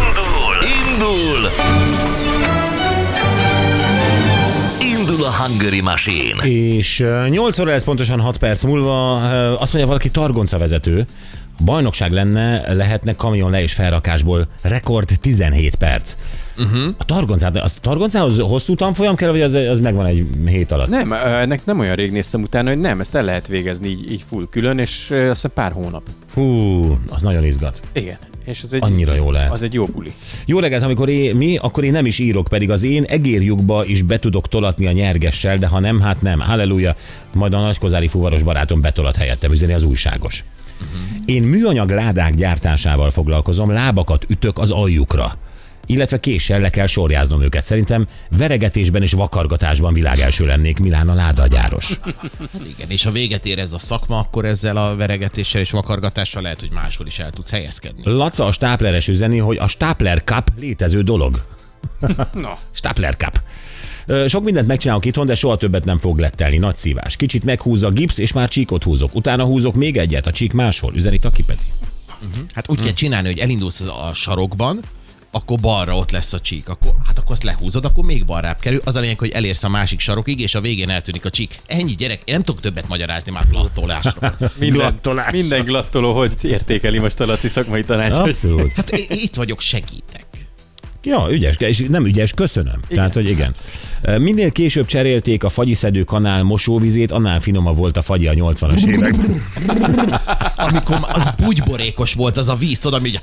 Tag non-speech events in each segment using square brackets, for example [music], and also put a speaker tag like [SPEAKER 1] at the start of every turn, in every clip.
[SPEAKER 1] Indul! Indul! Indul a Hungary Machine!
[SPEAKER 2] És ö, 8 óra lesz pontosan 6 perc múlva. Ö, Azt mondja valaki targonca vezető. A bajnokság lenne, lehetne kamion le és felrakásból rekord 17 perc. Uh-huh. A targoncát, az a targoncához hosszú tanfolyam kell, vagy az, az megvan egy hét alatt?
[SPEAKER 3] Nem, ö, ennek nem olyan rég néztem utána, hogy nem, ezt el lehet végezni így, így full külön, és ö, azt hiszem pár hónap.
[SPEAKER 2] Hú, az nagyon izgat.
[SPEAKER 3] Igen. És az egy,
[SPEAKER 2] Annyira jó lehet.
[SPEAKER 3] Az egy jó buli.
[SPEAKER 2] Jó reggelt, amikor én, mi, akkor én nem is írok, pedig az én egérjukba is be tudok tolatni a nyergessel, de ha nem, hát nem. Halleluja, majd a nagykozári fuvaros barátom betolat helyettem, üzeni az újságos. Én műanyag ládák gyártásával foglalkozom, lábakat ütök az aljukra illetve késsel le kell sorjáznom őket. Szerintem veregetésben és vakargatásban világelső lennék Milán a ládagyáros.
[SPEAKER 4] Igen, és ha véget ér ez a szakma, akkor ezzel a veregetéssel és vakargatással lehet, hogy máshol is el tudsz helyezkedni.
[SPEAKER 2] Laca a stápleres üzeni, hogy a stápler cup létező dolog.
[SPEAKER 3] Na,
[SPEAKER 2] Stapler Cup. Ö, Sok mindent megcsinálok itthon, de soha többet nem fog lettelni. Nagy szívás. Kicsit meghúzza a gipsz, és már csíkot húzok. Utána húzok még egyet, a csík máshol. Üzeni Taki Peti.
[SPEAKER 4] Hát
[SPEAKER 2] hm.
[SPEAKER 4] úgy kell csinálni, hogy elindulsz az- a sarokban, akkor balra ott lesz a csík, akkor, hát akkor azt lehúzod, akkor még balrább kerül. Az a lényeg, hogy elérsz a másik sarokig, és a végén eltűnik a csík. Ennyi gyerek, én nem tudok többet magyarázni már plattolásról. Hát,
[SPEAKER 3] minden, minden glattoló, hogy értékeli most a Laci szakmai tanács.
[SPEAKER 2] Abszolút.
[SPEAKER 4] Hát i- itt vagyok, segítek.
[SPEAKER 2] Ja, ügyes, és nem ügyes, köszönöm. Igen. Tehát, hogy igen. Ö, Minél később cserélték a fagyiszedő kanál mosóvizét, annál finomabb volt a fagyi a 80-as években.
[SPEAKER 4] Amikor már az bugyborékos volt az a víz, tudod, ami így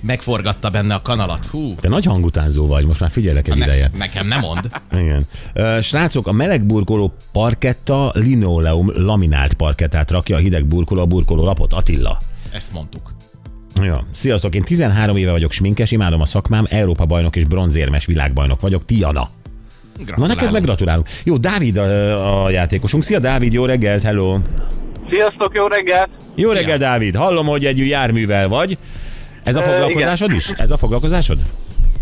[SPEAKER 4] megforgatta benne a kanalat. Hú,
[SPEAKER 2] Te nagy hangutánzó vagy, most már figyelek egy
[SPEAKER 4] ne,
[SPEAKER 2] ideje.
[SPEAKER 4] nekem nem mond.
[SPEAKER 2] Igen. Ö, Srácok, a meleg burkoló parketta linoleum laminált parkettát rakja a hideg burkoló a burkoló lapot. Attila.
[SPEAKER 4] Ezt mondtuk.
[SPEAKER 2] Ja. Sziasztok, én 13 éve vagyok sminkes, imádom a szakmám, Európa bajnok és bronzérmes világbajnok vagyok, Tiana. Na neked meg gratulálunk. Jó, Dávid a, a játékosunk. Szia Dávid, jó reggelt, hello.
[SPEAKER 5] Sziasztok, jó reggelt!
[SPEAKER 2] Jó reggel, Dávid. Hallom, hogy egy járművel vagy. Ez a
[SPEAKER 5] Ö,
[SPEAKER 2] foglalkozásod is? Ez a foglalkozásod?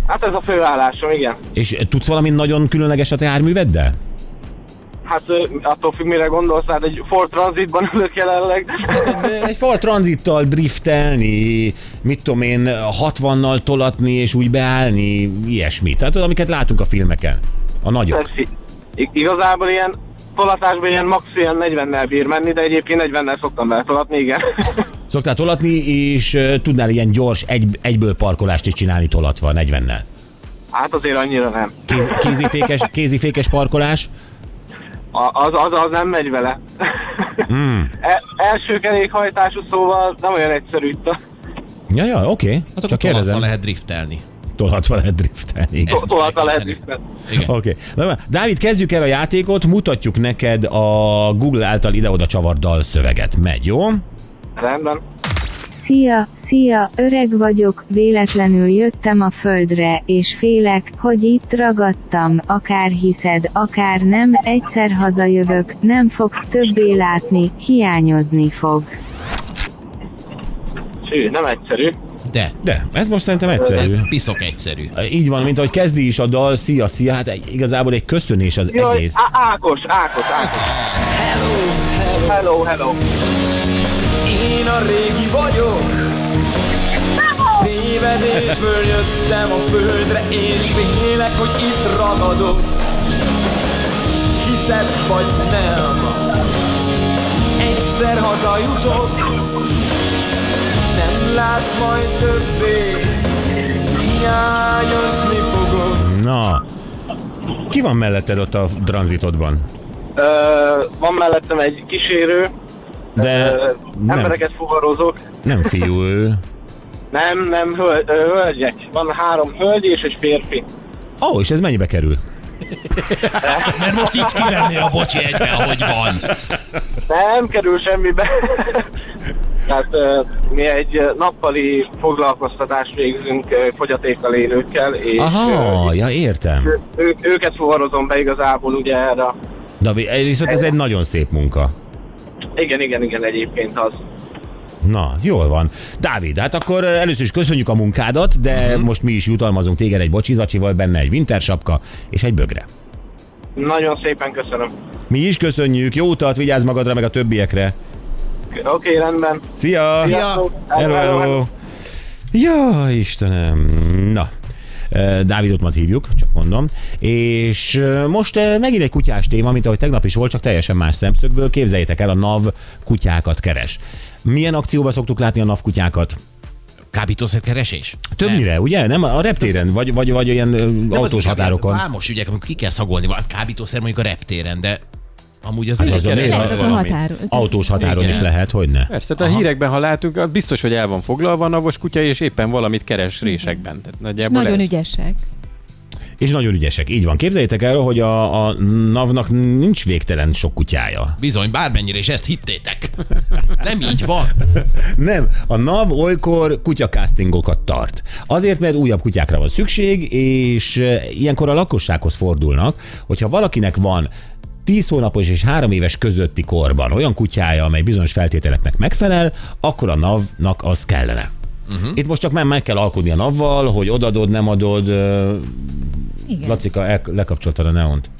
[SPEAKER 5] Hát ez a főállásom, igen.
[SPEAKER 2] És tudsz valami nagyon különleges a te járműveddel?
[SPEAKER 5] Hát ö, attól függ, mire gondolsz, hát egy Ford Transitban ülök jelenleg. [laughs]
[SPEAKER 2] Egy fal tranzittal driftelni, mit tudom én, 60-nal tolatni és úgy beállni, ilyesmi. Tehát amiket látunk a filmeken. A nagyok.
[SPEAKER 5] Persze, ig- Igazából ilyen tolatásban ilyen max ilyen 40-nel bír menni, de egyébként 40-nel szoktam beletolatni, igen. [laughs]
[SPEAKER 2] Szoktál tolatni, és ö, tudnál ilyen gyors egy, egyből parkolást is csinálni tolatva 40-nel.
[SPEAKER 5] Hát azért annyira nem.
[SPEAKER 2] Kéz, kézifékes, kézifékes parkolás.
[SPEAKER 5] A- Az, az, az nem megy vele. [laughs] E- első kerékhajtású szóval nem olyan egyszerű itt a
[SPEAKER 2] Ja, ja, oké. Okay.
[SPEAKER 4] Hát akkor
[SPEAKER 2] Csak
[SPEAKER 4] tolatva
[SPEAKER 2] kérdezem.
[SPEAKER 4] lehet driftelni.
[SPEAKER 2] Tolatva lehet driftelni. igen.
[SPEAKER 5] to- tolata lehet
[SPEAKER 4] megtenni.
[SPEAKER 5] tisztelt.
[SPEAKER 4] Igen.
[SPEAKER 2] [laughs] Oké. Okay. Na, Dávid, kezdjük el a játékot, mutatjuk neked a Google által ide-oda csavart dalszöveget. Megy, jó?
[SPEAKER 5] Rendben.
[SPEAKER 6] Szia, szia, öreg vagyok, véletlenül jöttem a földre, és félek, hogy itt ragadtam, akár hiszed, akár nem, egyszer hazajövök, nem fogsz többé látni, hiányozni fogsz.
[SPEAKER 5] Sű, nem egyszerű.
[SPEAKER 4] De,
[SPEAKER 2] De, ez most szerintem
[SPEAKER 4] ez
[SPEAKER 2] egyszerű.
[SPEAKER 4] piszok egyszerű.
[SPEAKER 2] Így van, mint ahogy kezdi is a dal, szia, szia, hát egy- igazából egy köszönés az
[SPEAKER 5] Jaj,
[SPEAKER 2] egész.
[SPEAKER 5] Á- Ákos, Ákos, Ákos. Hello, hello.
[SPEAKER 7] Én a régi vagyok Tévedésből jöttem a földre És félek, hogy itt ragadok Hiszed vagy nem Egyszer hazajutok Nem látsz majd többé Hiányozni fogok
[SPEAKER 2] Na, ki van melletted ott a tranzitodban?
[SPEAKER 5] Ö, van mellettem egy kísérő,
[SPEAKER 2] De
[SPEAKER 5] Ö,
[SPEAKER 2] nem,
[SPEAKER 5] embereket fuvarozok.
[SPEAKER 2] nem fiú ő.
[SPEAKER 5] Nem, nem, hölgy, ö, hölgyek. Van három hölgy és egy férfi.
[SPEAKER 2] Ó, oh, és ez mennyibe kerül?
[SPEAKER 4] Mert most itt kivenné a bocsi egybe, ahogy van.
[SPEAKER 5] Nem kerül
[SPEAKER 2] [laughs]
[SPEAKER 5] semmibe. Tehát ö, mi egy ö, nappali foglalkoztatást végzünk ö, fogyatékkal élőkkel, és
[SPEAKER 2] Aha,
[SPEAKER 5] ö,
[SPEAKER 2] ja értem.
[SPEAKER 5] ő, ő, őket fuvarozom be igazából ugye erre. a-
[SPEAKER 2] De viszont ez egy nagyon szép munka.
[SPEAKER 5] Igen, igen, igen, egyébként az.
[SPEAKER 2] Na, jól van. Dávid, hát akkor először is köszönjük a munkádat, de
[SPEAKER 5] Mhm.
[SPEAKER 2] uh-huh. most mi is jutalmazunk téged egy bocsizacsival, benne egy wintersapka és egy bögre.
[SPEAKER 5] Nagyon szépen köszönöm.
[SPEAKER 2] Mi is köszönjük, jó utat, vigyázz magadra meg a többiekre.
[SPEAKER 5] Oké, rendben.
[SPEAKER 2] Szia!
[SPEAKER 5] Sziasztok.
[SPEAKER 2] Hello, hello! Ja, Istenem. Na, Ö, Dávidot majd hívjuk, csak mondom. És ö, most ö, megint egy kutyás téma, mint ahogy tegnap is volt, csak teljesen más szemszögből. Képzeljétek el, a NAV kutyákat keres. Milyen akcióban szoktuk látni a NAV kutyákat?
[SPEAKER 4] Kábítószer keresés?
[SPEAKER 2] Többnyire, nem. ugye? Nem a reptéren, vagy, vagy, vagy olyan ö, autós határokon.
[SPEAKER 4] Vámos ügyek, amikor ki kell szagolni, van kábítószer mondjuk a reptéren, de amúgy az
[SPEAKER 2] Hát azon
[SPEAKER 4] keres-
[SPEAKER 2] néha-
[SPEAKER 8] Lehet az a
[SPEAKER 3] valami.
[SPEAKER 8] határ.
[SPEAKER 2] Autós határon
[SPEAKER 4] Igen.
[SPEAKER 2] is lehet, hogy ne.
[SPEAKER 3] Persze, tehát a hírekben, ha látunk, az biztos, hogy el van foglalva a navos kutya, és éppen valamit keres résekben. Tehát nagyjából
[SPEAKER 8] Nagyon
[SPEAKER 3] ez.
[SPEAKER 8] ügyesek.
[SPEAKER 2] És nagyon ügyesek, így van. Képzeljétek el, hogy a, a NAV-nak nincs végtelen sok kutyája.
[SPEAKER 4] Bizony, bármennyire is ezt hittétek. Nem így van.
[SPEAKER 2] Nem, a NAV olykor kutyakástingokat tart. Azért, mert újabb kutyákra van szükség, és e, ilyenkor a lakossághoz fordulnak, hogyha valakinek van 10 hónapos és 3 éves közötti korban olyan kutyája, amely bizonyos feltételeknek megfelel, akkor a NAV-nak az kellene. Uh-huh. Itt most csak már meg kell alkudni a NAV-val, hogy odadod, nem adod, ö,
[SPEAKER 8] Igen.
[SPEAKER 2] Lacika, el, lekapcsoltad a neont.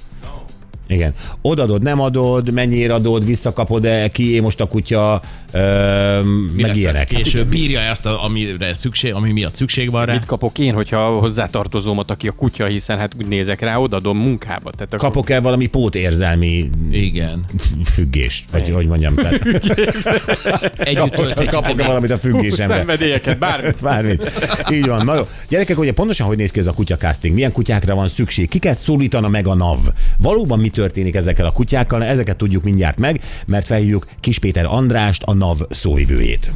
[SPEAKER 2] Igen. Odadod, nem adod, mennyire adod, visszakapod-e, kié most a kutya, ö, meg ilyenek. Hát,
[SPEAKER 4] Később bírja ezt, a- amire szükség, ami miatt szükség van rá.
[SPEAKER 3] Mit kapok én, hogyha hozzátartozómat, aki a kutya, hiszen hát úgy nézek rá, odadom munkába. Tehát akkor
[SPEAKER 2] Kapok-e valami pótérzelmi
[SPEAKER 4] Igen.
[SPEAKER 2] f- függést, vagy hogy mondjam, tehát
[SPEAKER 4] Együtt töltik.
[SPEAKER 2] kapok-e valamit a függésemre?
[SPEAKER 3] szenvedélyeket, bármit.
[SPEAKER 2] Bármit. Így van. Na jó. Gyerekek, ugye pontosan hogy néz ki ez a kutyakázting? Milyen kutyákra van szükség? Kiket szólítana meg a NAV? Valóban mi történik ezekkel a kutyákkal? Na, Ezeket tudjuk mindjárt meg, mert felhívjuk Kis Péter Andrást, a NAV szóvivőjét.